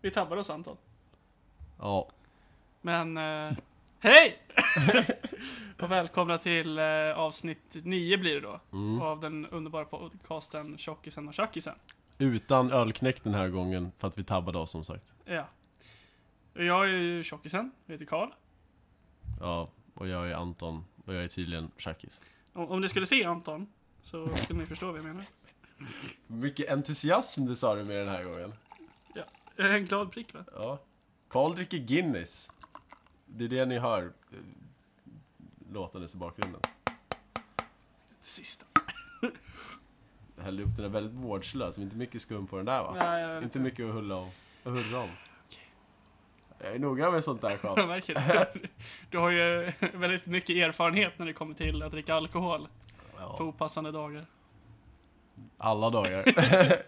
Vi tabbade oss Anton. Ja. Men, eh, hej! och välkomna till eh, avsnitt 9 blir det då. Mm. Av den underbara podcasten Tjockisen och Tjackisen. Utan ölknäck den här gången för att vi tabbade oss som sagt. Ja. Och Jag är ju Tjockisen, jag heter Karl. Ja, och jag är Anton och jag är tydligen tjackis. Om, om ni skulle se Anton, så skulle ni förstå vad jag menar. Mycket entusiasm du sa du med den här gången. Jag är en glad prick va? Ja. Karl dricker Guinness. Det är det ni hör eh, låtandes i bakgrunden. Sista. Jag hällde upp den där väldigt vårdslös, inte mycket skum på den där va? Nej, jag vet Inte mycket att hulla om. Att hurra om. Jag är noggrann med sånt där Jag Karl. märker det. Du har ju väldigt mycket erfarenhet när det kommer till att dricka alkohol på Ja, opassande dagar. alla dagar.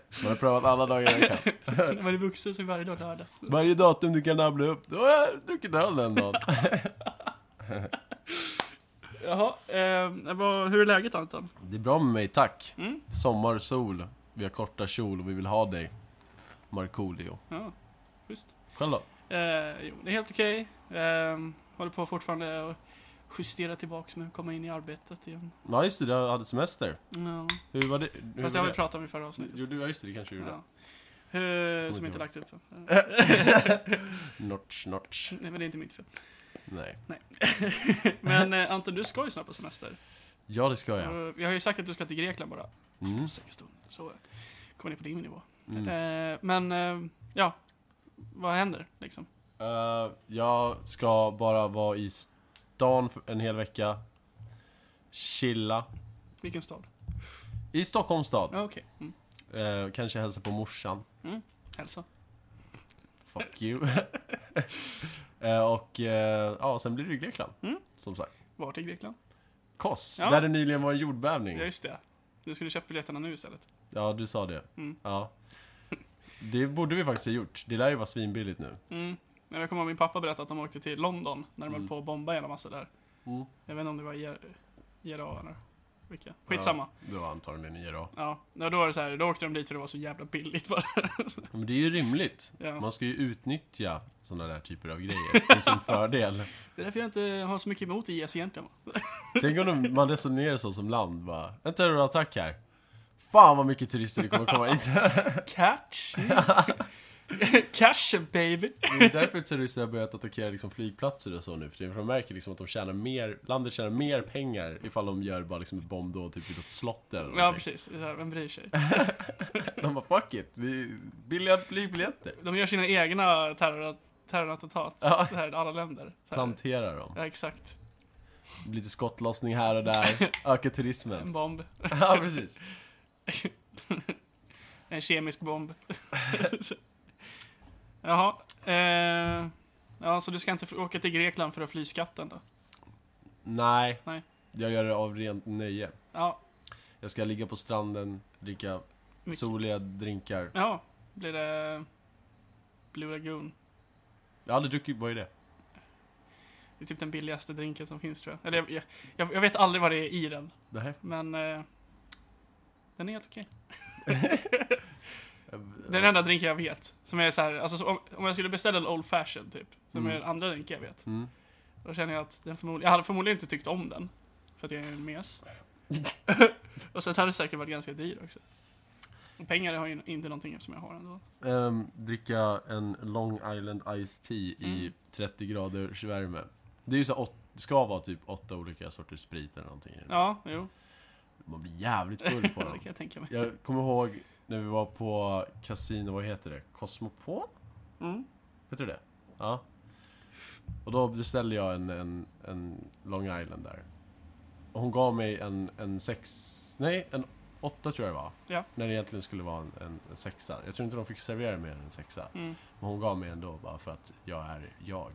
Man har prövat alla dagar jag kan. När man är vuxen så är varje dag lördag. Varje datum du kan rabbla upp, då har jag druckit öl den dagen. Jaha, eh, vad, hur är läget Anton? Det är bra med mig, tack. Mm. Sommar, sol, vi har korta kjol och vi vill ha dig. Markoolio. Ja, schysst. Själv då? Eh, jo, det är helt okej. Eh, håller på fortfarande att justera tillbaks med att komma in i arbetet igen. Ja, just det, du hade semester. Ja. Hur var det? Hur Fast det var har vi pratat om i förra avsnittet. Gjorde du? Ja, just det, det kanske du gjorde. ja. Eh, som inte inte ihåg. lagts upp. Eh, Notch, notch. Nej, men det är inte mitt fel. Nej. Men eh, Anton, du ska ju snart på semester. Ja, det ska jag. Eh, Vi har ju sagt att du ska till Grekland bara. Mm. Sex stunder. Så eh, kommer ner på din nivå. Mm. Eh, men, eh, ja. Vad händer liksom? Eh, jag ska bara vara i stan för en hel vecka. Chilla. Vilken stad? I Stockholms stad. Ja, Okej. Mm. Eh, kanske hälsa på morsan. Hälsa. Fuck you. Eh, och eh, ja, sen blir det Grekland. Mm. Som sagt. Vart i Grekland? Kos, Ja. där det nyligen var en jordbävning. Ja, just det. Du skulle köpa biljetterna nu istället. Ja, du sa det. Mm. Ja. Det borde vi faktiskt ha gjort. Det lär ju vara svinbilligt nu. Mm. Men Jag kommer ihåg min pappa berättade att de åkte till London när de höll Mm. på att bomba en jävla massa där. Mm. Jag vet inte om det var IR- IRA eller vilka. Skitsamma. Ja, det var antagligen i då. Ja. ja, då var det så här. Då åkte de dit för det var så jävla billigt bara. Men det är ju rimligt. Ja. Man ska ju utnyttja sådana där typer av grejer till sin fördel. Det är därför jag inte har så mycket emot IS egentligen. va? Tänk om de- man resonerar så som land bara. En terrorattack här. Fan vad mycket turister det kommer komma hit. Catch! Cash baby! Det är därför terrorister har börjat attackera liksom flygplatser och så nu för tiden. För de märker liksom att de tjänar mer, landet tjänar mer pengar ifall de gör bara liksom ett bombdåd typ vid något slott eller Ja, någonting. precis. Det är så här, Vem bryr sig? De bara fuck it, vi, billiga flygbiljetter. De gör sina egna terror, terrorattentat. Ja. Det här är alla länder. Så här. Plantera dem. Ja, exakt. Lite skottlossning här och där. Öka En turismen. bomb. Ja, precis. En kemisk bomb. Så- Jaha. Eh, ja, så du ska inte f- åka till Grekland för att fly skatten då? Nej. Nej. Jag gör det av rent nöje. Ja, Jag ska ligga på stranden, dricka Mycket. soliga drinkar. ja. Blir det Blue Lagoon? Jag har aldrig druckit, vad är det? Det är typ den billigaste drinken som finns tror jag. Eller jag, jag, jag vet aldrig vad det är i den, Nej. men eh, den är helt okej. Det är den enda drinken jag vet. Som är så här, alltså så om, om jag skulle beställa en Old Fashioned typ, som Mm. är den andra drinken jag vet. Mm. Då känner jag att den förmodligen, jag hade förmodligen inte tyckt om den. För att jag är en mes. och sen hade det säkert varit ganska dyr också. Och pengar har ju inte någonting som jag har ändå. Ehm, dricka en Long Island Ice Tea i Mm. 30 graders värme. Det är ju så här åt, det ska vara typ åtta olika sorters sprit eller någonting. i den. Ja, jo. Man blir jävligt full det på dem. kan jag tänka mig. Jag kommer ihåg när vi var på kasino, vad heter det? Cosmopol? Mm. Heter det Ja. Och då beställde jag en, en, en Long Island där. Och hon gav mig en, en sex... Nej, en åtta tror jag det var. Ja. När det egentligen skulle vara en, en, en sexa. Jag tror inte de fick servera mer än en sexa. Mm. Men hon gav mig ändå bara för att jag är jag.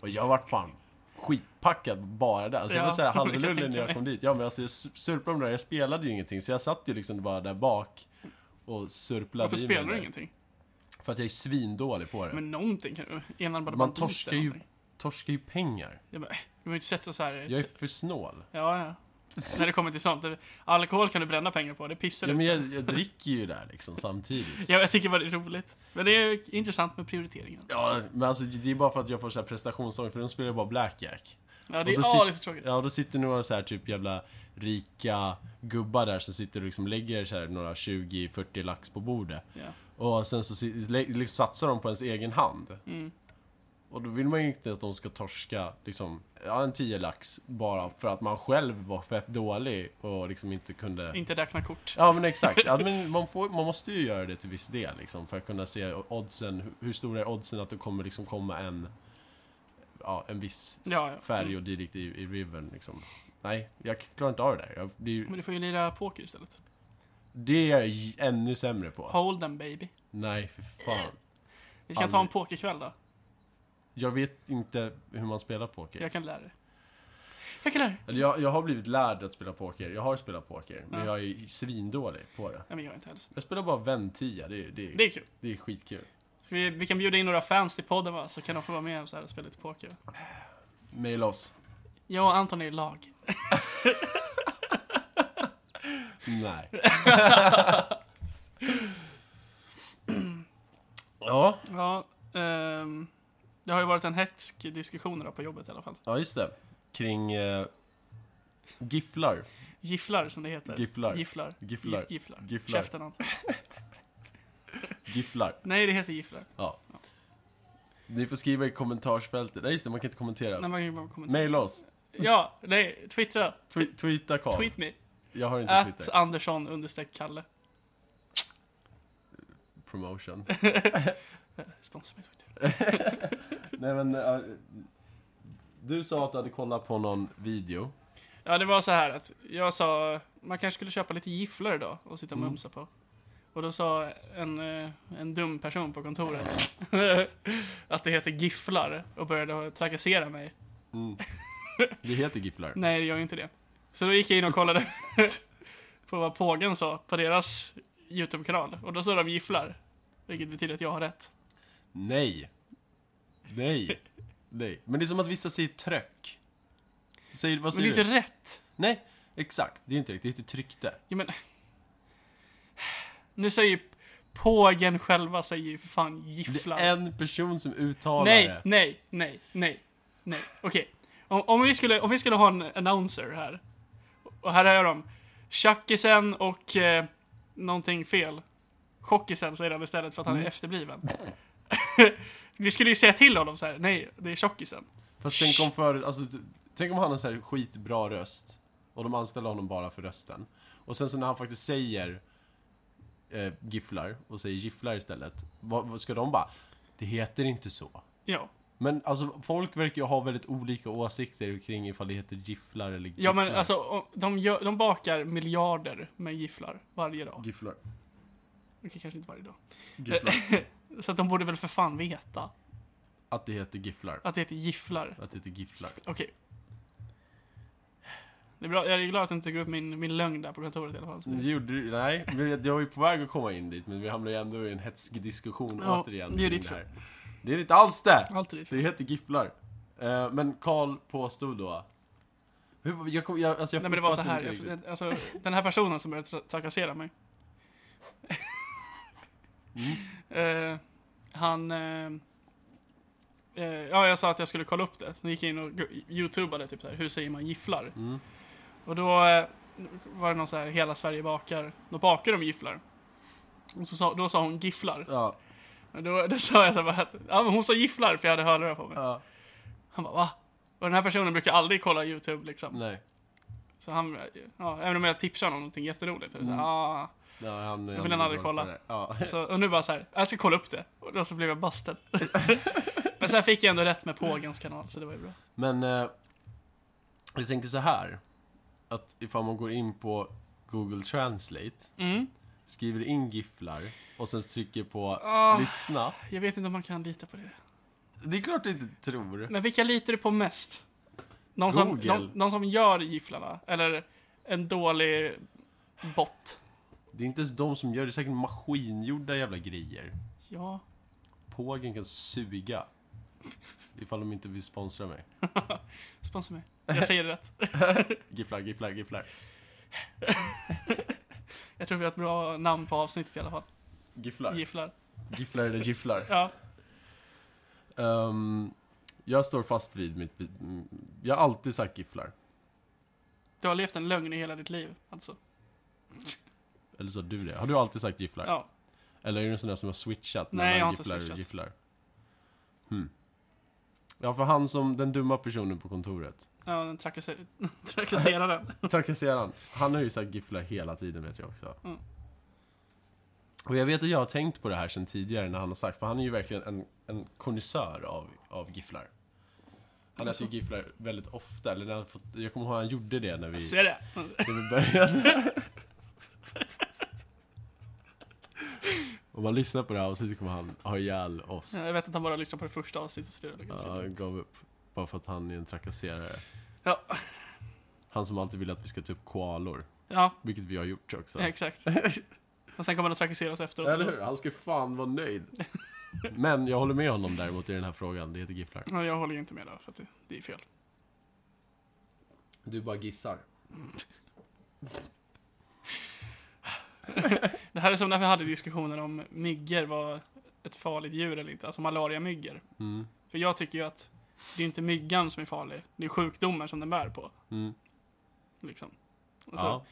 Och jag vart fan skitpackad bara där. Alltså jag Ja, var såhär det kan jag halvlullig när tänka jag mig. kom dit. Ja men alltså jag sur- surplade om det där, jag spelade ju ingenting. Så jag satt ju liksom bara där bak och surplade Varför i mig spelar det. du ingenting? För att jag är svindålig på det. Men någonting kan du... Enarmade Man banditer torskar eller ju- någonting. Torskar ju pengar. Jag bara, äh, du har ju inte sett så här... Jag är för snål. Ja, ja. När det kommer till sånt. Det- Alkohol kan du bränna pengar på, det pissar Ja, men ut. jag, jag dricker ju där liksom samtidigt. Ja, jag tycker bara det är roligt. Men det är ju intressant med prioriteringen. Ja, men alltså det är bara för att jag får så här prestationsångest, för de spelar bara blackjack. Ja, det Och är, då ah, sit- det är så tråkigt. Ja, och då sitter några så här typ jävla rika gubbar där som sitter och liksom lägger så här några 20-40 lax på bordet. Ja. Och sen så si- lä- liksom satsar de på ens egen hand. Mm. Och då vill man ju inte att de ska torska liksom, ja, en 10 lax bara för att man själv var fett dålig och liksom inte kunde... Inte räkna kort. Ja men exakt, ja, men man, får, man måste ju göra det till viss del liksom för att kunna se oddsen, hur- hur stora är oddsen att det kommer liksom komma en, ja, en viss Ja, ja. färg Mm. och dylikt i, i rivern liksom. Nej, jag klarar inte av det där. Jag blir, Men du får ju lira poker istället. det är jag j- ännu sämre på. Hold them baby. Nej, för fan. Vi ska Fan, ta en det- pokerkväll då. Jag vet inte hur man spelar poker. Jag kan lära dig. Jag kan lära dig. Eller jag, jag har blivit lärd att spela poker. Jag har spelat poker, men Ja. jag är svindålig på det. Nej, men jag är inte heller så. Jag spelar bara väntia, det, är- det, Det det, är kul. det är skitkul. Ska vi, vi kan bjuda in några fans till podden va? Så kan de få vara med och, så här och spela lite poker. Mail oss. Jag och Anton är i lag. Nej. ja. Ja, ehm, det har ju varit en hetsk diskussion idag på jobbet i alla fall. ja, just det. Kring eh, gifflar. Gifflar som det heter. Gifflar. Gifflar. Gifflar. Gif- Gifflar. Gifflar. Käften Anton. Gifflar. Nej, det heter gifflar. Ja. Ni får skriva i kommentarsfältet. Nej, just det, man kan inte Nej, kommentera. man kan ju bara kommentera. Maila oss. Ja, nej, twittra. Twi- tweeta Karl. Tweet Äh, me. Jag har inte Att Twitter. Andersson understreck Kalle. Promotion. Sponsra mig Twitter. Nej men, eh, du sa att du hade kollat på någon video. Ja, det var så här att jag sa man kanske skulle köpa lite gifflar idag och sitta och Mm. mumsa på. Och då sa en, eh, en dum person på kontoret att det heter gifflar och började trakassera mig. Mm. Det heter gifflar. Nej, det gör ju inte det. Så då gick jag in och kollade på vad pågen sa på deras YouTube-kanal. Och då sa de gifflar. Vilket betyder att jag har rätt. Nej. Nej. Nej. Men det är som att vissa säger tröck. Säger, vad Men det säger är du? ju inte rätt! Nej, exakt. Det är inte riktigt. Det heter tryckte. Ja, men... Nu säger ju pågen själva säger ju för fan Det gifflar. är en person som uttalar Nej, det. nej, nej, nej, nej. Okej. Om, om, vi skulle, om vi skulle ha en announcer här. Och här har jag dem. Tjackisen och eh, någonting fel. Chockisen säger han istället för att han Mm. är efterbliven. vi skulle ju säga till honom så här. nej, det är tjockisen. Fast tänk om, för, alltså, t- tänk om han har en så här skitbra röst och de anställer honom bara för rösten. Och sen så när han faktiskt säger eh, gifflar och säger gifflar istället, vad, vad ska de bara? Det heter inte så. Ja. Men alltså folk verkar ju ha väldigt olika åsikter kring ifall det heter gifflar eller gifflar. Ja men alltså, om- de, gör, de bakar miljarder med gifflar varje dag. Gifflar. Okej, kanske inte varje dag. gifflar. Så att de borde väl för fan veta Att det heter gifflar. att det heter gifflar. Att det heter gifflar. Okej. Det är bra. Jag är glad att du inte tog upp min, min lögn där på kontoret i alla fall. Det gjorde du, nej. men Jag jag var ju på väg att komma in dit men vi hamnade ju ändå i en hetsk diskussion Ja, det återigen. är kring ditt här. Det är inte alls det! Alltid ditt Det heter gifflar. Eh, men Karl påstod då... Hur, jag, kom, jag, alltså jag Nej men det var så fattar här. inte Jag, riktigt. jag- alltså, den här personen som började tra- trakassera mig. Mm. Eh, han... eh, eh, ja, jag sa att jag skulle kolla upp det. Så gick jag in och go- youtubade typ så här, hur säger man gifflar? Mm. Och då eh, var det någon så här, hela Sverige bakar. Då bakar de gifflar. Och så sa, då sa hon gifflar. Ja, Och då, då sa jag så här bara att, ja men hon sa gifflar för jag hade hörlurar på mig. ja, Han bara va? Och den här personen brukar aldrig kolla YouTube liksom. nej. Så han, ja, även om jag tipsar honom om någonting jätteroligt. Så, mm. Mm. ah. Ja, han, Då vill han aldrig kolla. Ja. så, och nu bara så här, jag ska kolla upp det. Och då så blev jag busted. Men sen fick jag ändå rätt med Pågens kanal, så det var ju bra. Men eh, jag tänker så här. Att ifall man går in på Google Translate, Mm. skriver in gifflar och sen trycker på Ah. lyssna. Jag vet inte om man kan lita på det. Det är klart du inte tror. Men vilka litar du på mest? De som, Google. de, de som gör gifflarna, eller en dålig bot? Det är inte ens de som gör det, det är säkert maskingjorda jävla grejer. Ja, Pågen kan suga. Ifall de inte vill sponsra mig. Sponsra mig. Jag säger det rätt. Gifflar, gifflar, gifflar. Jag tror vi har ett bra namn på avsnittet i alla fall. Gifflar? Gifflar. Gifflar eller gifflar? Ja. Ehm, jag står fast vid mitt... bi- mm, Jag har alltid sagt gifflar. Du har levt en lögn i hela ditt liv, alltså. Eller så har du det. Har du alltid sagt gifflar? Ja. Eller är du en sån där som har switchat Nej, jag har mellan inte gifflar och switchat. gifflar? Hmm. Ja, för han som den dumma personen på kontoret. ja den trakasser- trakasserar den. Trakasseraren. Han har ju sagt gifflar hela tiden vet jag också. Mm. Och jag vet att jag har tänkt på det här sedan tidigare när han har sagt, för han är ju verkligen en, en konnässör av, av gifflar. Han äter ju gifflar väldigt ofta, eller när han fått, jag kommer ihåg att han gjorde det när vi... Jag ser det. när vi började. Om man lyssnar på det här avsnittet kommer han ha ihjäl oss. Jag vet att han bara lyssnar på det första avsnittet. Så det är Ja, lugnt. han gav upp. Bara för att han är en trakasserare. Ja. Han som alltid vill att vi ska ta upp koalor. ja, Vilket vi har gjort också. ja, exakt. Och sen kommer han att trakassera oss efteråt. Eller hur? Han ska fan vara nöjd. Men jag håller med honom däremot i den här frågan. Det heter gifflar. Ja, jag håller ju inte med där, för att det, det är fel. Du bara gissar. Det här är som när vi hade diskussionen om myggor var ett farligt djur eller inte. Alltså malariamyggor. Mm. För jag tycker ju att det är inte myggan som är farlig. Det är sjukdomen som den bär på. Mm. Liksom. Och så, Ja.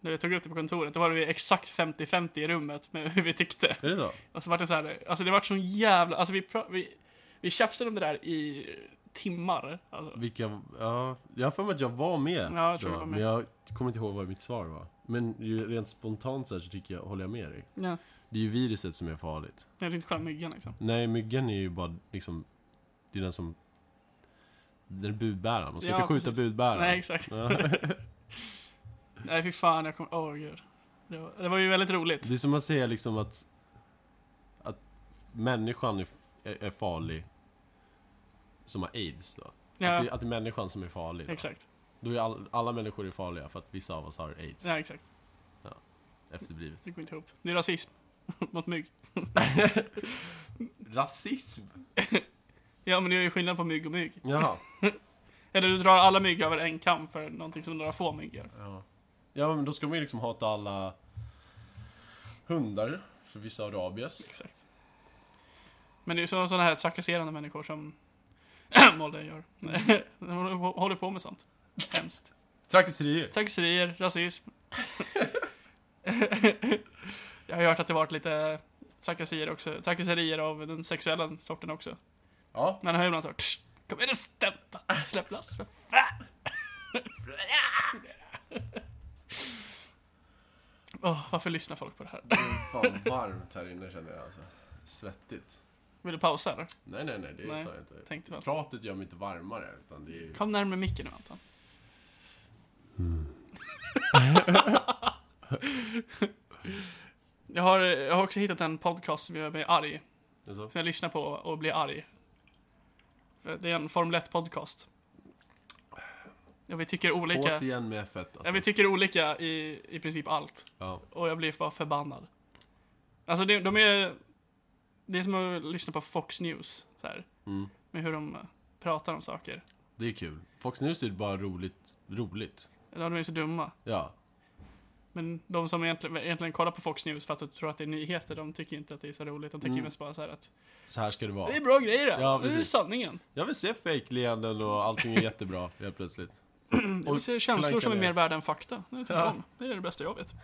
När vi tog upp det på kontoret, då var det exakt 50-50 i rummet med hur vi tyckte. Är det så? Och så var det så här, alltså det var så jävla, alltså vi, pra- vi, vi tjafsade om det där i timmar. Alltså. Vilka, ja, jag har för mig att jag var med. Ja, jag tror då, jag var med. Men jag kommer inte ihåg vad mitt svar var. Men ju rent spontant så, här så tycker jag, håller jag med dig. Ja, Det är ju viruset som är farligt. det är inte själva myggan liksom. Nej, myggan är ju bara liksom... Det är den som... Den är budbäraren. Man ska Ja, inte skjuta precis. budbäraren. Nej, exakt. Nej, fy fan, jag kommer, åh gud. Det var, det var ju väldigt roligt. det är som att säga liksom att... Att människan är, är är farlig. Som har aids då. Att, Ja, det, att det är människan som är farlig. Då, exakt. då är all, alla människor är farliga för att vissa av oss har aids. Ja, exakt. Efterblivet. Det går inte ihop. Det är rasism. Mot mygg. Rasism? Ja, men det är ju skillnad på mygg och mygg. Jaha. Eller du drar alla mygg över en kam för någonting som några få mygg gör. Ja. ja, men då ska man ju liksom hata alla hundar. För vissa har rabies. Exakt. Men det är ju så- sådana här trakasserande människor som Molde gör. De håller på med sånt. Hemskt. Trakasserier. Trakasserier, rasism. Jag har hört att det varit lite trakasserier också. Trakasserier av den sexuella sorten också. Ja. Men har ju ibland så här, "Tsch, Kom igen nu stämpla! Släpp loss för fan! Åh, varför lyssnar folk på det här? Det är fan varmt här inne känner jag alltså. Svettigt. Vill du pausa eller? Nej, nej, nej, det Nej. sa jag inte. Tänkte väl. Pratet gör mig inte varmare, utan det är ju... Kom närmare micken nu Anton. jag, har, jag har också hittat en podcast som gör mig arg. Alltså, Som jag lyssnar på och blir arg. För Det är en Formel 1 podcast. Och vi tycker olika. återigen med F1 alltså. Ja, vi tycker olika i, i princip allt. ja. Och jag blir bara förbannad. Alltså det, de är... Det är som att lyssna på Fox News. Så här, Mm. med hur de eh, pratar om saker. Det är kul. Fox News är bara roligt, roligt. Ja, De är så dumma. Ja. Men de som egentligen, egentligen kollar på Fox News för att de tror att det är nyheter, de tycker inte att det är så roligt. De tycker Mm. mest bara så här att Så här ska det det är vara. bra grejer det. Ja, det är precis. sanningen. Jag vill se fake-leenden och allting är jättebra helt plötsligt. Jag vill se känslor som är klankar mer ner. värda än fakta. Det är, Ja. tvärtom. det, är det bästa jag vet.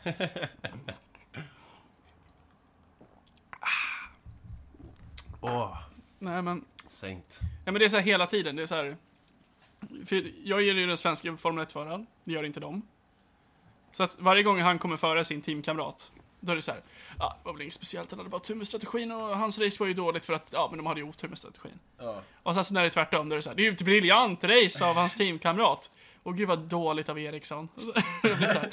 Åh, Nej, men, sänkt. ja, men det är så här hela tiden. Det är så här, för jag gillar ju den svenska Formel 1-föraren, det gör inte de. Så att varje gång han kommer före sin teamkamrat, då är det så här, ah, det var väl inget speciellt, han hade bara tur med strategin och hans race var ju dåligt för att, ja men de hade ju otur med strategin. Ja. Och sen så när det är tvärtom, då är det så här, det är ju ett briljant race av hans teamkamrat. Och gud vad dåligt av Eriksson. Och så- jag blir så här.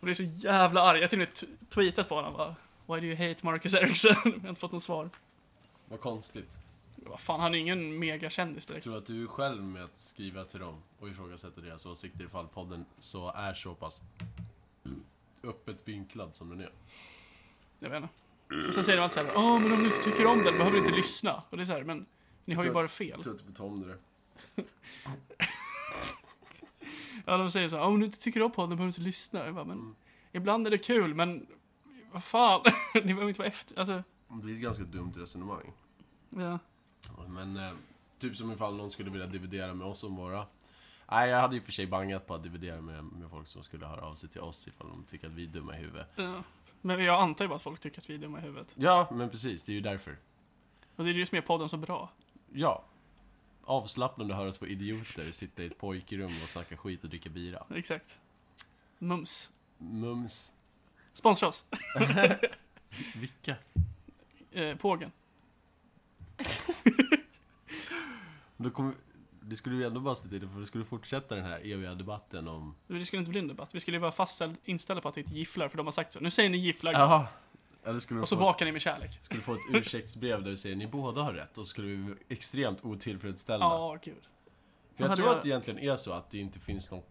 Och det är så jävla arg. Jag har till och med t- tweetat på honom bara, Why do you hate Marcus Eriksson? Jag har inte fått något svar. Vad konstigt. Vad fan, han är ingen megakändis direkt. Tror att du är själv med att skriva till dem och ifrågasätta deras åsikter ifall podden så är så pass öppet vinklad som den är. Jag vet inte. Och sen säger de alltid såhär, åh men om du inte tycker om den behöver du inte lyssna. Och det är såhär, men ni har ju Tror- bara fel. Jag tror att du får ta om det där. Ja, de säger så här, om du inte tycker om podden behöver du inte lyssna. Jag bara, men ibland är det kul, men vad fan, ni behöver inte vara efter, alltså, Det är ett ganska dumt resonemang. ja. Men eh, typ som ifall någon skulle vilja dividera med oss om våra... Nej, jag hade ju för sig bangat på att dividera med, med folk som skulle höra av sig till oss ifall de tycker att vi är dumma i huvudet. ja. Men jag antar ju bara att folk tycker att vi är dumma i huvudet. Ja, men precis. Det är ju därför. Och det är ju det som gör podden så bra. Ja. Avslappnande att höra två idioter sitta i ett pojkrum och snacka skit och dricka bira. Exakt. Mums. Mums. Sponsra oss. Vilka? Eh, Pågen. Då kommer... Det skulle vi ändå bara se till, för vi skulle fortsätta den här eviga debatten om... Det skulle inte bli en debatt. Vi skulle ju vara fastställd, inställda på att det är ett gifflar, för de har sagt så. Nu säger ni gifflar, Jaha. Eller skulle vi och så få, bakar ni med kärlek. skulle få ett ursäktsbrev där vi säger ni båda har rätt och så skulle vi bli extremt otillfredsställda. Ja, gud. För jag Hade tror jag- att det egentligen är så att det inte finns något,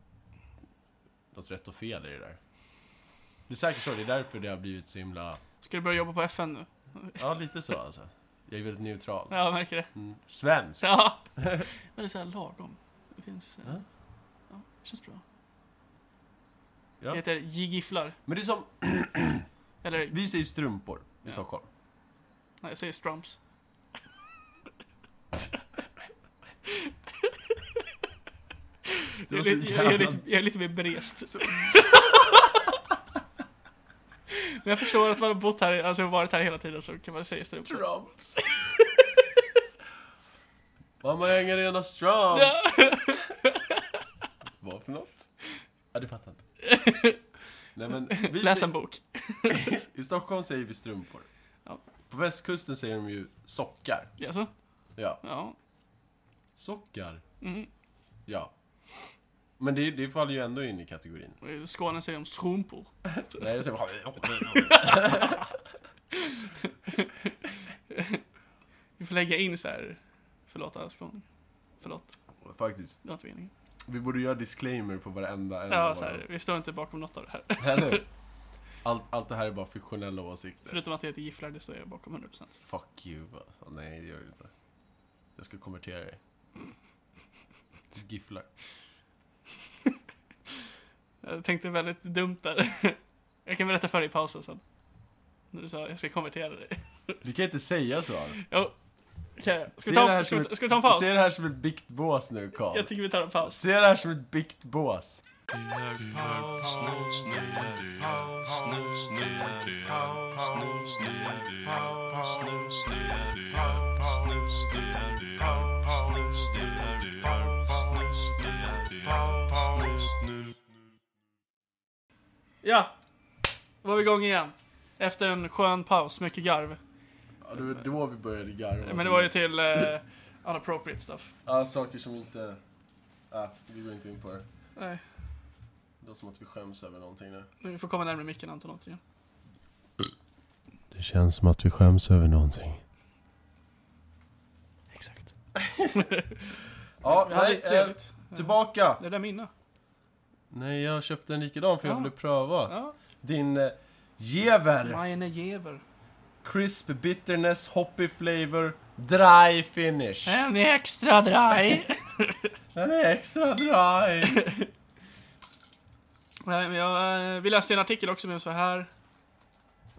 något rätt och fel i det där. Det är säkert så, det är därför det har blivit så himla... Ska du börja jobba på FN nu? Ja, lite så alltså. Jag är väldigt neutral. Ja, jag märker det. Mm. Svensk! Så, ja. Men det är så här lagom. Det finns... eh, Ja. Ja, det känns bra. Ja. Det heter Jigifflar. Men det är som, Eller, vi säger strumpor i Ja. Stockholm. nej, jag säger strumps. Det Jag var är, så lite, jag, är jävla... lite, jag är lite mer berest. Men jag förstår att man har bott här, alltså varit här hela tiden så kan man säga strumpor. Strumps! Mamma, jag har inga rena Ja. strumps! Vad för något? Ja, du fattar inte. Nej, men vi Läs säger- en bok. I Stockholm säger vi strumpor. Ja. På västkusten säger de ju sockar. Jaså? Ja. Ja. Sockar? Mm. Ja. Men det, det faller ju ändå in i kategorin. Och I Skåne säger de strumpor. Nej, jag säger Vi får lägga in så här. Förlåt alla skåningar. Förlåt, Faktiskt. det var inte meningen. Vi borde göra disclaimer på varenda en. Ja, av så här, våra- vi står inte bakom något av det här. Eller hur? Allt, allt det här är bara fiktionella åsikter. Förutom att det heter gifflar, det står jag bakom 100%. Fuck you. Alltså. Nej, det gör det inte. Jag ska konvertera dig. Till Gifflar. Jag tänkte väldigt dumt där. Jag kan berätta för dig i pausen sen. När du sa jag ska konvertera dig. Du kan inte säga så. Jo. Okej, ska, Se vi det ta, här ska, som vi, ta- ett- ska vi ta en paus? Se det här som ett biktbås nu, Karl. Jag tycker vi tar en paus. Se det här som ett biktbås. Ja! Då var vi igång igen. Efter en skön paus, mycket garv. Ja, det var då vi började garva. Men det var ju till eh, unappropriate stuff. Ja, saker som inte... Äh, vi går inte in på det. Nej, Det låter som att vi skäms över någonting nu. vi får komma närmare micken Anton återigen. Det känns som att vi skäms över någonting. Exakt. Ja, Vi hade nej. det Eh, trevligt. tillbaka! Det där minne. Nej, jag köpte en likadan för jag Ja. ville pröva. Ja. Din eh, Jever Majen är Jever. Crisp Bitterness Hoppy Flavor Dry Finish. Den är extra dry! Den är extra dry. Nej, men jag, eh, vi läste ju en artikel också med så här.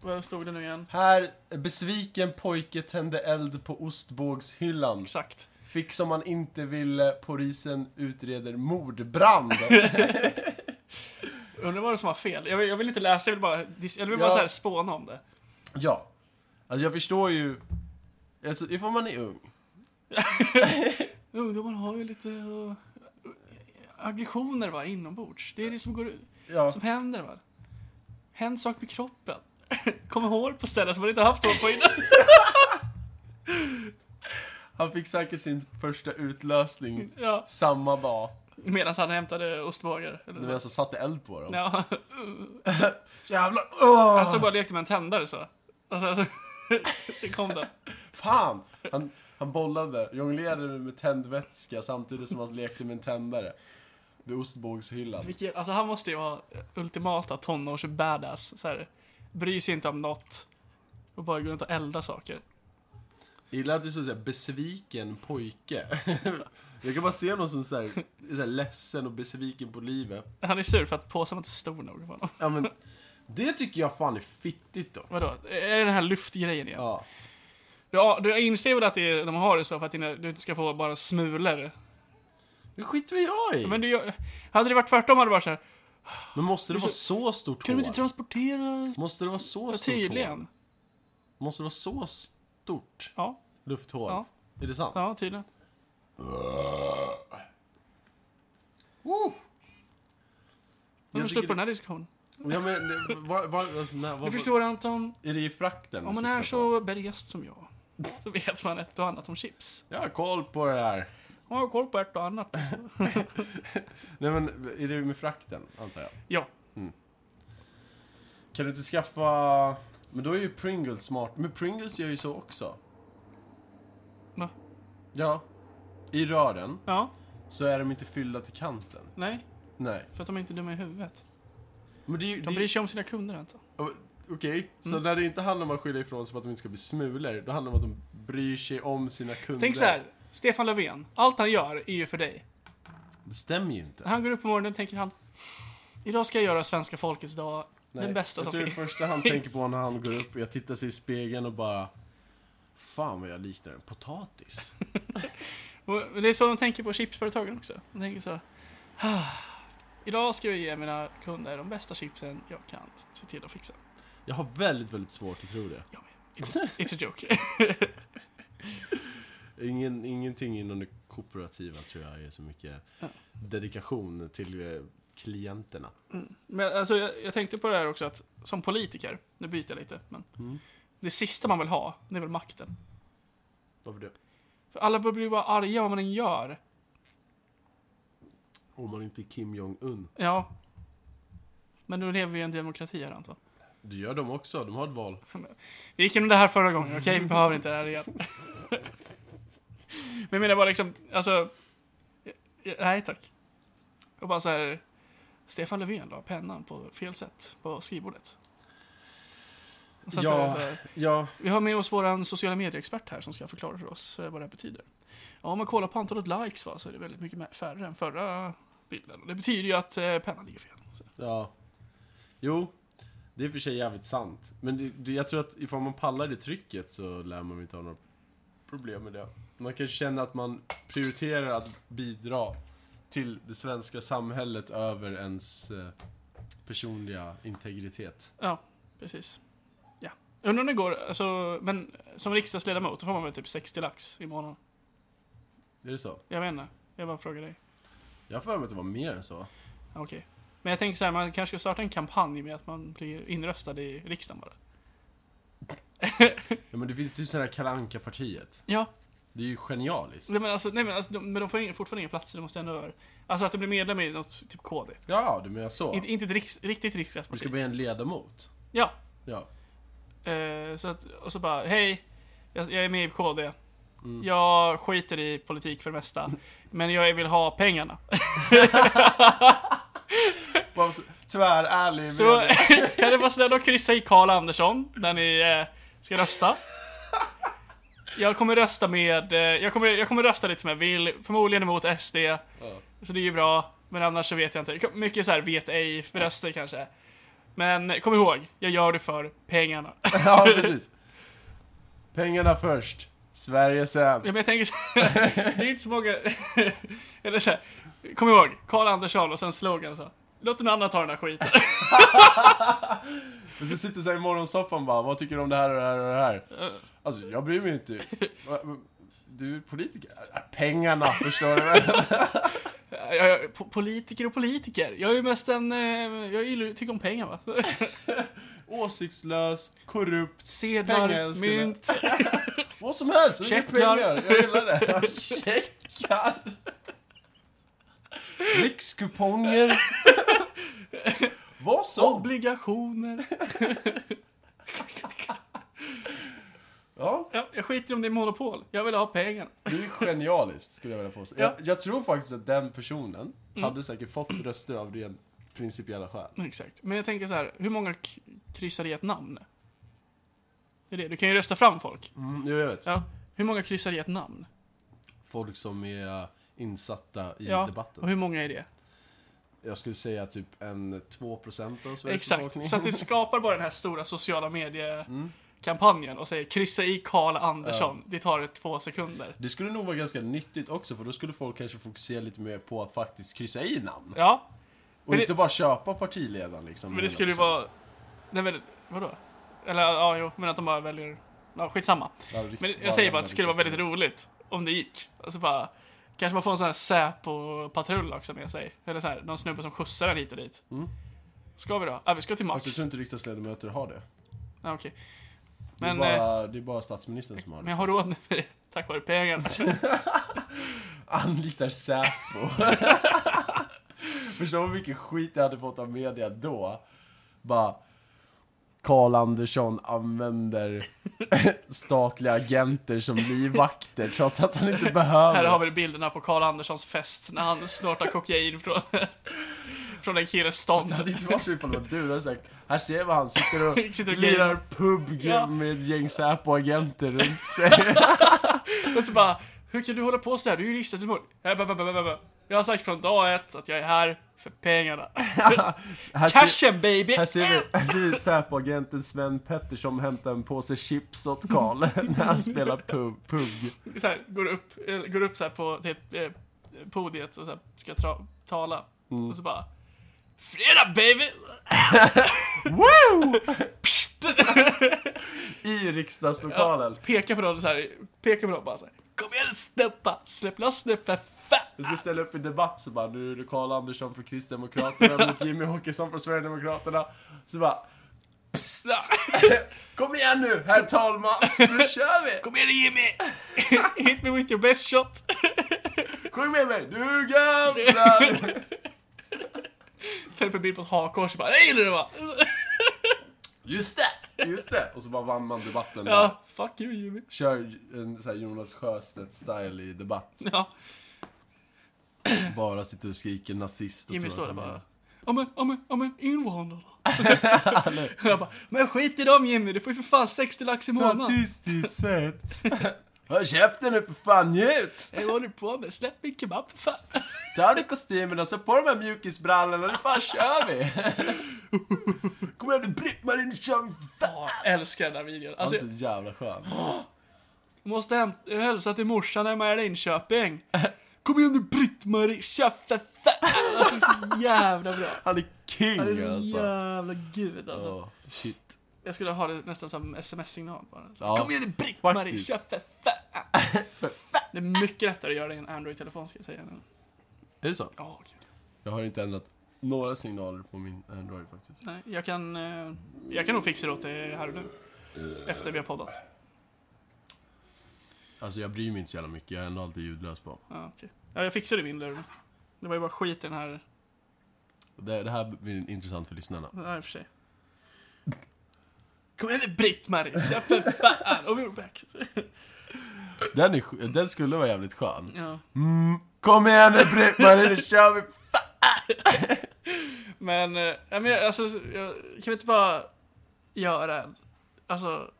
Vad stod det nu igen? Här, besviken pojke tände eld på ostbågshyllan. Exakt. Fick som man inte ville, polisen utreder mordbrand. Undrar vad det som var fel. Jag vill, jag vill inte läsa, jag vill bara, dis- jag vill bara Ja. så här spåna om det. ja. Alltså jag förstår ju... Alltså ifall man är ung. Ungdomarna har ju lite eh, aggressioner va, inombords. Det är det som, går, Ja. som händer va. Händer saker med kroppen. Kommer hår på ställen som man inte har haft hår på innan. Han fick säkert sin första utlösning Ja, samma dag. medan han hämtade ostbågar. Eller När så. vi alltså satte eld på dem. Ja. Jävlar! Han stod Oh! bara och lekte med en tändare så. Och sen så det kom den. Fan! Han, han bollade, jonglerade med tändvätska samtidigt som han lekte med en tändare. Vid ostbågshyllan. Vilket, alltså han måste ju vara ultimata tonårs-badass. Så här, bryr sig inte om något. Och bara går runt och eldar saker. Jag gillar att du är så såhär besviken pojke. Jag kan bara se någon som såhär, såhär ledsen och besviken på livet. Han är sur för att påsen var inte stor nog för honom. Ja men, det tycker jag fan är fittigt då. Vadå? Är det den här luftgrejen igen? Ja. Du, du inser väl att det är, de har det så för att dina- du inte ska få bara smulor? Det skiter vi jag i. Men du gör, Hade det varit tvärtom hade det varit så här. Men måste det Men vara så stort Kan de inte hår? transportera? Måste det vara så Ja, stort hår? tydligen. Måste det vara så stort Ja, lufthår? Ja. Är det sant? ja, tydligen. Woo! Men Jag du släpper tycker den här diskussionen. Ja men, det- vad, vad, alltså, när, Du vad, förstår Anton, är det i frakten? om du man är siktar på? så berest som jag så vet man ett och annat om chips. Jag har koll på det här. Man har koll på ett och annat. Nej men, är det med frakten, antar jag? Ja, Kan du inte skaffa... Men då är ju Pringles smart. Men Pringles gör ju så också. Va? Ja. I rören ja, så är de inte fyllda till kanten. nej, Nej. för att de är inte dumma i huvudet. Men det är ju... det De är- bryr sig Mm. om sina kunder Anton. Okej, så när det inte handlar om att skilja ifrån sig för att de inte ska bli smulor, då handlar det om att de bryr sig om sina kunder. Tänk så här, Stefan Löfven, allt han gör är ju för dig. Det stämmer ju inte. När han går upp på morgonen tänker han Idag ska jag göra svenska folkets dag den bästa jag som tror det finns. första han tänker på när han går upp, jag tittar sig i spegeln och bara... Fan vad jag liknar en potatis. Och Det är så de tänker på chipsföretagen också. De tänker så här, "Ah, Idag ska jag ge mina kunder de bästa chipsen jag kan se till att fixa. Jag har väldigt, väldigt svårt att tro det. Jag med. It's, it's a joke. Ingen, ingenting inom det kooperativa tror jag är så mycket dedikation till eh, klienterna. Men alltså, jag, jag tänkte på det här också att som politiker, nu byter jag lite, men det sista man vill ha, det är väl makten. Varför det? För alla blir bara arga vad man än gör. Om man inte är Kim Jong-Un. Ja. Men nu lever vi i en demokrati här Anton. Det gör de också, de har ett val. Vi gick igenom det här förra gången, okej? Vi behöver inte det här igen. Men jag menar bara liksom, alltså... ja, Nej tack. Och bara så här. Stefan Löfven la pennan på fel sätt på skrivbordet. Och sen så är det Ja, så här, ja. vi har med oss våran sociala medieexpert här som ska förklara för oss eh, vad det här betyder. Ja, om man kollar på antalet likes va, så är det väldigt mycket mer- färre än förra bilden. Och det betyder ju att eh, pennan ligger fel. Så. Ja. Jo, det är i och för sig jävligt sant. Men det, det, jag tror att ifall man pallar det trycket så lär man inte ha några problem med det. Man kan känna att man prioriterar att bidra till det svenska samhället över ens eh, personliga integritet. Ja, precis. Ja. Jag undrar om det går, alltså, men som riksdagsledamot då får man väl typ 60 lax i månaden. Är det så? Jag vet inte, jag bara frågar dig. Jag har för mig att det var mer än så. Ja, Okej. Men jag tänker så här, man kanske ska starta en kampanj med att man blir inröstad i riksdagen bara. Ja, men det finns ju sådana här Kalle Anka-partiet. Ja, Det är ju genialiskt. nej, men alltså, nej, men, alltså de, men de får ing- fortfarande inga platser, de måste ändå över. Alltså att de blir medlem i något, typ KD. Ja, du menar så. Inte, inte ett riks, riktigt Du riksdagsparti. ska bli en ledamot. Ja. Ja. Eh, så att, och så bara, hej, jag, jag är med i KD. Mm. Jag skiter i politik för det mesta, men jag vill ha pengarna. Bara så- Tvärärlig. Så kan ni vara snälla och kryssa i Karl Andersson när ni eh, ska rösta. Jag kommer rösta med, eh, jag kommer, jag kommer rösta lite som jag vill, förmodligen emot SD. Så det är ju bra, men annars så vet jag inte. Mycket så här vet ej röster kanske. Men kom ihåg, jag gör det för pengarna. Ja, Ja, precis. Pengarna först, Sverige sen. men jag tänker så här, det är inte så många... Eller så här, kom ihåg, Karl Andersson och sen slogan så. Låt någon annan ta den här skiten. Och så sitter så här i morgonsoffan bara, vad tycker du om det här och det här och det här? Alltså, jag bryr mig inte. Va- Du är politiker. Pengarna, förstår du väl? Jag, jag, po- politiker och politiker. Jag är ju mest en... eh, Jag gillar, tycker om pengar va. Så- Åsiktslös, korrupt, Sedlar, älskar jag. mynt. vad som helst. så mycket Checkar. pengar. Jag gillar det. Checkar. Rikskuponger. Vad som. Obligationer. Ja, Ja, jag skiter i om det är monopol. Jag vill ha pengarna. Det är genialiskt, skulle jag vilja påstå. Ja. Mm. Jag, jag tror faktiskt att den personen hade säkert fått röster av rent principiella skäl. Exakt. Men jag tänker så här, hur många k- kryssar i ett namn? Det är det. Du kan ju rösta fram folk. Mm, jo, jag vet. Ja. Hur många kryssar i ett namn? Folk som är eh, insatta i Ja, debatten. Och hur många är det? Jag skulle säga typ en 2% av Sveriges befolkning. Exakt. Så att du skapar bara den här stora sociala Mm. mediekampanjen och säger kryssa i Karl Andersson. Det tar två sekunder. Det skulle nog vara ganska nyttigt också för då skulle folk kanske fokusera lite mer på att faktiskt kryssa i namn. Ja, Och men det- inte bara köpa partiledaren liksom. men det skulle ju vara... 100%. Nej men, vadå? Eller ja, jo, men att de bara väljer... Ja, skitsamma. Ja, riks- Men jag säger bara att det den skulle vara väldigt riksdagsledaren. roligt om det gick. Alltså bara, kanske man får en sån här Säpo-patrull också med sig. Eller så här, någon snubbe som skjutsar en hit och dit. Mm. Ska vi då? Ja, vi ska till Max. Alltså jag tror inte riksdagsledamöter har det. Ja, okej. Det är, Men, eh, bara, det är bara statsministern som har men det. jag har råd med det, tack vare pengarna. Anlitar Säpo. Förstår du vilken skit jag hade fått av media då? Bara... Karl Andersson använder statliga agenter som livvakter trots att han inte behöver. Här har vi bilderna på Karl Anderssons fest när han snortar kokain från, från en killes Alltså, Det hade stånd. inte varit så ifall det var du, det hade sagt Här ser vi han, sitter och Sitter och lirar pub Ja. med ett gäng Säpo-agenter runt sig. Och så bara, hur kan du hålla på så här? Du är ju Äh, riksdagsledamot. Jag bara, bara, bara, bara, bara. Jag har sagt från dag ett att jag är här för pengarna. Här ser, Cashen baby! här ser vi, här ser vi Säpo-agenten Sven Pettersson hämta en påse chips åt Karl när han spelar pub. pub. så här, går upp, eh, går upp så här på typ, eh, podiet och så här, ska tra- tala. Och så bara Fredag baby! Woo! I riksdagslokalen. Pekar på dem så här, pekar på dem bara så här. Kom igen snubba, släpp loss nu för fan! Vi ska ställa upp i debatt så bara, nu är det Karl Andersson från Kristdemokraterna mot Jimmy Åkesson från Sverigedemokraterna. Så bara, Ja. kom igen nu herr talman, nu kör vi! Kom igen Jimmy! Hit me with your best shot! Sjung med mig! Du gamla! Tar upp en bild på ett hakkors och bara Nej gillar det va? Just det! Just det! Och så bara vann man debatten. Ja, fuck you Jimmy. Kör en så här Jonas Sjöstedt-style i debatt. Ja, Bara sitter och skriker nazist och Jimmy tror står att där han bara bara... Ja men, ja men, ja men invandrarna. Jag bara, men skit i dem Jimmy, du får ju för fan 60 lax i månaden. Statistiskt sett. Håll käften nu för fan, njut! Jag håller på med, släpp min kebab för fan. Ta av dig kostymerna, sätt på de här mjukisbrallorna, nu fan kör vi! Kom igen nu Britt-Marie, nu kör vi för fan! Ja, jag älskar den här videon. Han är Alltså, så jävla skön. jag måste hämta, jag hälsa till morsan hemma i Linköping. Kom igen nu Britt-Marie, tja för fan. Alltså så jävla bra. Han är king Han är så alltså. jävla gud alltså. Ja, shit. Jag skulle ha det nästan som sms-signal bara. Ja. Kom igen nu Britt-Marie, Faktiskt. tja för fan. Det är mycket lättare att göra det i en Android-telefon ska jag säga. Men- Är det så? Ja, gud. Jag har inte ändrat några signaler på min Android faktiskt. Nej, jag kan, eh, jag kan nog fixa det åt dig här och nu. Efter vi har poddat. Alltså jag bryr mig inte så jävla mycket, jag har ändå alltid ljudlös på. Ja, okej. ja, jag fixade min lur. Det var ju bara skit i den här Det, det här blir intressant för lyssnarna. Ja, i och för sig. Kom igen nu Britt-Marie, kör för fan! Och we're back. Den, är, sk- den skulle vara jävligt skön. Mm. Ja. Kom igen nu Britt-Marie, nu kör vi! Men, eh, ja, men jag- alltså, jag, kan vi inte bara göra en, alltså,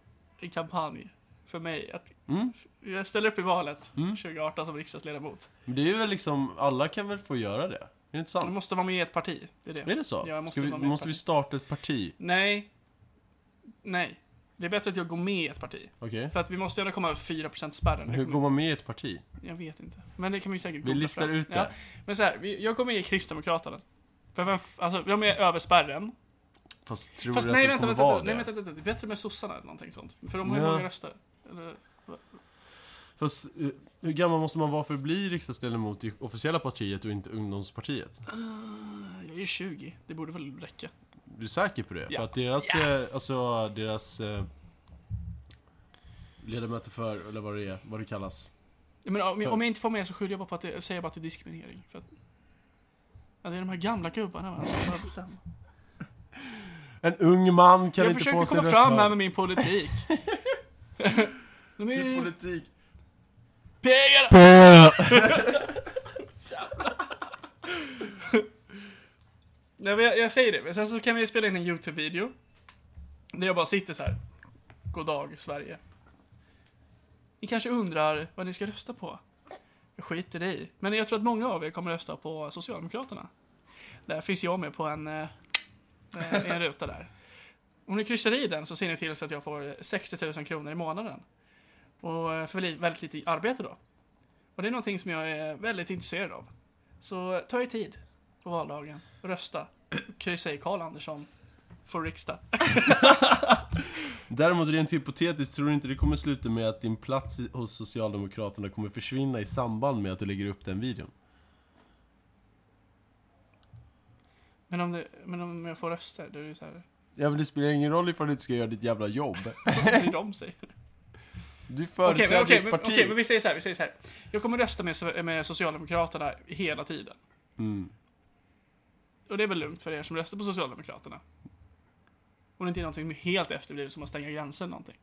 en kampanj för mig? Att, Mm. Jag ställer upp i valet 2018 som riksdagsledamot. Men det är väl liksom, alla kan väl få göra det? Är det inte Jag sant? måste vara med i ett parti, det är det. Är det så? Ja, jag måste Ska vi, vara med i måste vi ett starta ett parti? Nej. Nej. Det är bättre att jag går med i ett parti. Okej. För att vi måste ju ändå komma över 4%-spärren. Det Hur kommer- går man med i ett parti? Jag vet inte. Men det kan vi säkert Vi googla listar fram. ut det. Ja. Men så här, vi- jag kommer ge Kristdemokraterna. För vem, f- alltså, de är över spärren. Fast tror Fast du nej, att vänta, det kommer vänta, vara vänta, nej, det? vänta, vänta, Det är bättre med sossarna eller någonting sånt. För de har ju Ja. många röster. Eller, Fast eh, hur gammal måste man vara för att bli riksdagsledamot i officiella partiet och inte ungdomspartiet? ah, jag är ju 20, det borde väl räcka. Du är säker på det? Ja. För att deras, Ja. eh, alltså deras eh, ledamöter för, eller vad det är, vad det kallas. Jag menar, om, jag, För- om jag inte får med så skyller jag bara på att det, säger jag bara att det är diskriminering. För att, ja, det är de här gamla gubbarna va, som bara bestämmer. En ung man kan Jag inte få försöker sin komma röst fram hörd. här med min politik. de är Till ju... politik. Pengarna! Nej, men jag, jag säger det. Men Sen så kan vi spela in en YouTube-video. Där jag bara sitter så här. Goddag Sverige. Ni kanske undrar vad ni ska rösta på? Jag skiter i. Men jag tror att många av er kommer rösta på Socialdemokraterna. Där finns jag med på en, eh, eh, en ruta där. Om ni kryssar i den så ser ni till så att jag får 60 000 kronor i månaden. Och eh, för li- väldigt lite arbete då. Och det är någonting som jag är väldigt intresserad av. Så eh, ta er tid på valdagen. Rösta. Kryssa i Karl Andersson. För riksdag. Däremot rent hypotetiskt, tror du inte det kommer sluta med att din plats i- hos Socialdemokraterna kommer försvinna i samband med att du lägger upp den videon? Men om, det, men om jag får röster, då är det ju så här. Ja men det spelar ingen roll ifall du inte ska göra ditt jävla jobb. Vad bryr de sig? Du Okej, företräder men, okej, ditt men, parti. okej, men vi säger så här, vi säger så här. Jag kommer rösta med, S- med Socialdemokraterna hela tiden. Mm. Och det är väl lugnt för er som röstar på Socialdemokraterna. Om det inte är någonting helt efterblivet som att stänga gränser eller någonting.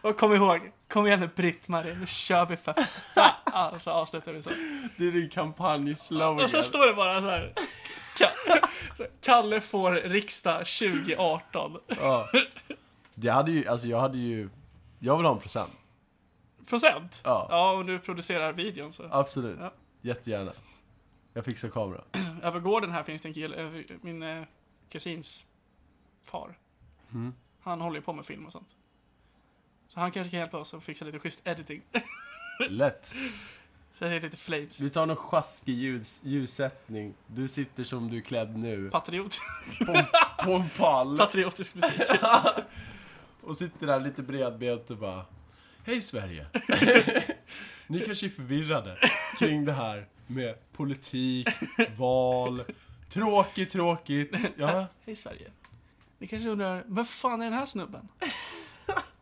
Och kom ihåg, kom igen nu Britt-Marie, nu kör vi för fan! Så avslutar vi så. Det är din kampanjslogan. Och sen står det bara så här. Ka- så här, Kalle får riksdag 2018. ja. Det hade ju, alltså jag hade ju... Jag vill ha en procent. Procent? Ja. Ja, om du producerar videon så. Absolut. Ja. Jättegärna. Jag fixar kameran. Över gården här finns det en kille, eh, min eh, kusins far. Mm. Han håller ju på med film och sånt. Så han kanske kan hjälpa oss att fixa lite schysst editing. Lätt. Så det är lite flames. Vi tar någon sjaskig ljus, ljussättning. Du sitter som du är klädd nu. Patriot. På, en- på en pall. Patriotisk musik. Och sitter där lite bredbent och bara Hej Sverige! Ni kanske är förvirrade kring det här med politik, val, tråkigt, tråkigt. Ja, Hej Sverige. Ni kanske undrar, vem fan är den här snubben?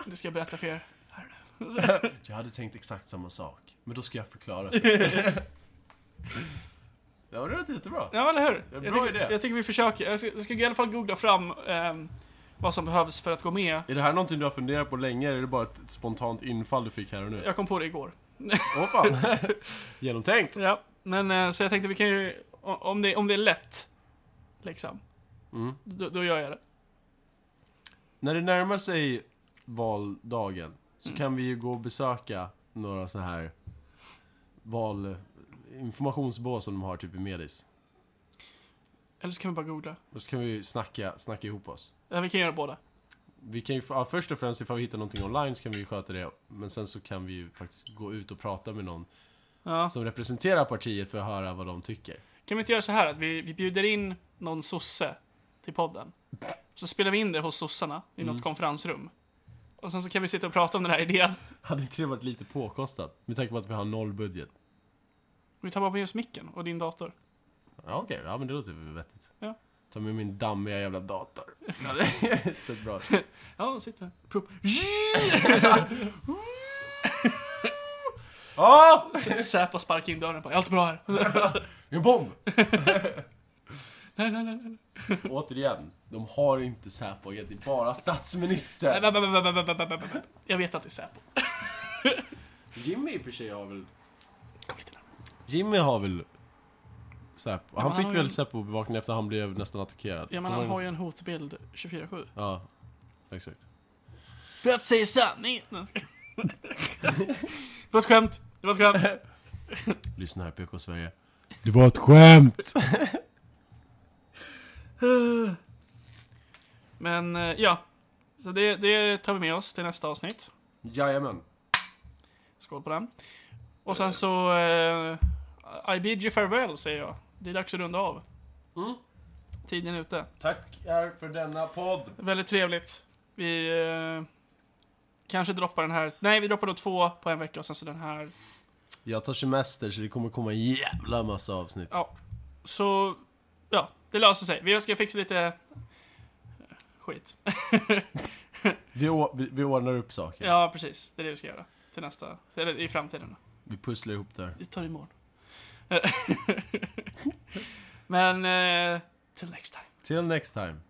Det ska jag berätta för er. jag hade tänkt exakt samma sak, men då ska jag förklara. Det Ja, det lät jättebra. Ja, eller hur? Ja, bra jag, tycker, idé. jag tycker vi försöker. Jag ska, jag ska i alla fall googla fram ehm, vad som behövs för att gå med. Är det här någonting du har funderat på länge, eller är det bara ett spontant infall du fick här och nu? Jag kom på det igår. Åh fan! Genomtänkt! Ja, men eh, så jag tänkte vi kan ju, o- om det, om det är lätt, liksom, Mm. då, då gör jag det. När det närmar sig valdagen så kan vi ju gå och besöka några så här val... informationsbås som de har typ i Medis. Eller så kan vi bara googla. Och så kan vi ju snacka, snacka ihop oss. Ja, vi kan göra båda. Vi kan ju, ja, först och främst ifall vi hittar någonting online så kan vi ju sköta det. Men sen så kan vi ju faktiskt gå ut och prata med någon Ja. som representerar partiet för att höra vad de tycker. Kan vi inte göra så här att vi, vi bjuder in någon sosse till podden. Så spelar vi in det hos sossarna i något konferensrum. Och sen så kan vi sitta och prata om den här idén. Hade inte det varit lite påkostat? Med tanke på att vi har noll budget. Vi tar bara med oss micken och din dator. Ja okej, ja men det låter väl vettigt. Ja. Ta med min dammiga jävla dator. Ja, det ser bra ut. Ja, sitter här. Prop- Ah! Säpo sparkar in dörren på. Allt är bra här. En bomb! Nej, nej, nej, nej. Återigen, de har inte Säpo, det är bara Nej, statsminister. vä- vä- vä- vä- vä- vä- vä- vä- vä- vä. Jag vet att det är Säpo. Jimmy i och för sig har väl... Kom lite närmare. Jimmy har väl Säpo? men Han han fick har ju- väl Säpo-bevakning efter han blev nästan attackerad. Ja, men han har ju en hotbild 24-7. Ja, exakt. För att säga sanningen. Nej, jag skojar. Det var ett skämt. Det var ett skämt. Lyssna här PK Sverige. Det var ett skämt! Men eh, ja, så det, det tar vi med oss till nästa avsnitt. Jajamän. Skål på den. Och sen så... Eh, I bid you farewell, säger jag. Det är dags att runda av. Mm. Tiden är ute. Tackar för denna podd. Väldigt trevligt. Vi eh, kanske droppar den här. Nej, vi droppar då två på en vecka och sen så den här. Jag tar semester så det kommer komma en jävla massa avsnitt. Ja. Så, ja, det löser sig. Vi ska fixa lite eh, skit. Vi, å- vi, vi ordnar upp saker. Ja, precis. Det är det vi ska göra. Till nästa, eller i framtiden. Vi pusslar ihop det här. Vi tar det imorgon. Men, eh, till next time. Till next time.